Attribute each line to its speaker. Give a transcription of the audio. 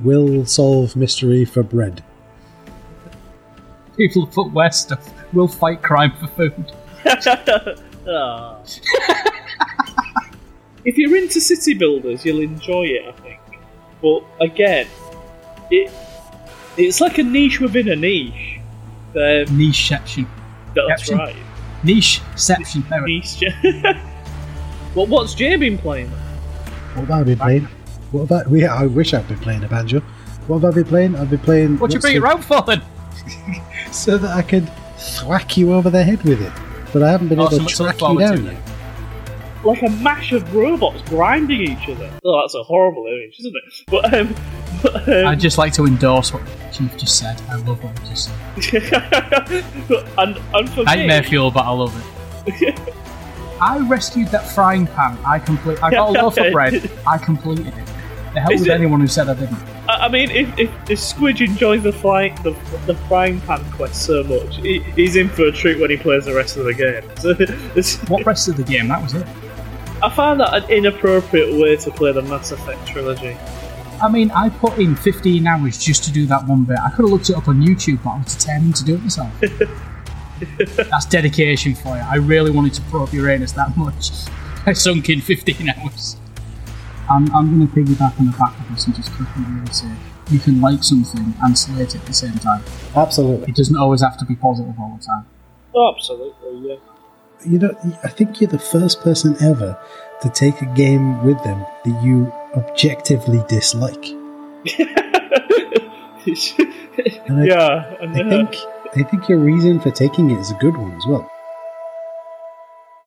Speaker 1: Will solve mystery for bread.
Speaker 2: People put west stuff. We'll fight crime for food.
Speaker 3: Ah. if you're into city builders, you'll enjoy it, I think. But again, it it's like a niche within a niche. Um,
Speaker 2: Nicheception.
Speaker 3: that's
Speaker 2: Action.
Speaker 3: right.
Speaker 2: Nicheception. There it-
Speaker 3: Niche. well, what's Jay been playing?
Speaker 1: What have I been playing? What have I? We, I wish I'd been playing a banjo. What have I been playing? I've been playing.
Speaker 2: What you
Speaker 1: what's
Speaker 2: bring
Speaker 1: the-
Speaker 2: it round for then?
Speaker 1: So that I could thwack you over the head with it. But I haven't been
Speaker 2: Oh,
Speaker 1: able
Speaker 2: so
Speaker 1: to
Speaker 2: much to look
Speaker 1: track you
Speaker 2: forward to
Speaker 1: down
Speaker 2: then.
Speaker 1: yet.
Speaker 3: Like a mash of robots grinding each other. Oh, that's a horrible image, isn't it? But um, but, um,
Speaker 2: I'd just like to endorse what Chief just said. I love what he just said.
Speaker 3: and, and for
Speaker 2: Nightmare
Speaker 3: me,
Speaker 2: fuel, but I love it. I rescued that frying pan. I complete. I got a loaf of bread. I completed it. The hell
Speaker 3: Is
Speaker 2: with
Speaker 3: it-
Speaker 2: anyone who said I didn't.
Speaker 3: I I mean, if, if, if Squidge enjoys the fly, the, the frying pan quest so much, he, he's in for a treat when he plays the rest of the game. So, it's-
Speaker 2: What rest of the game? That was it.
Speaker 3: I found that an inappropriate way to play the Mass Effect trilogy.
Speaker 2: I mean, I put in 15 hours just to do that one bit. I could have looked it up on YouTube, but I was determined to do it myself. That's dedication for you. I really wanted to probe Uranus that much. I sunk in 15 hours. I'm, I'm going to piggyback on the back of this and just quickly really say you can like something and slate it at the same time.
Speaker 1: Absolutely.
Speaker 2: It doesn't always have to be positive all the time.
Speaker 3: Oh, absolutely, yeah.
Speaker 1: You know, I think you're the first person ever to take a game with them that you objectively dislike. And I,
Speaker 3: yeah,
Speaker 1: I
Speaker 3: and, uh,
Speaker 1: think I think your reason for taking it is a good one as well.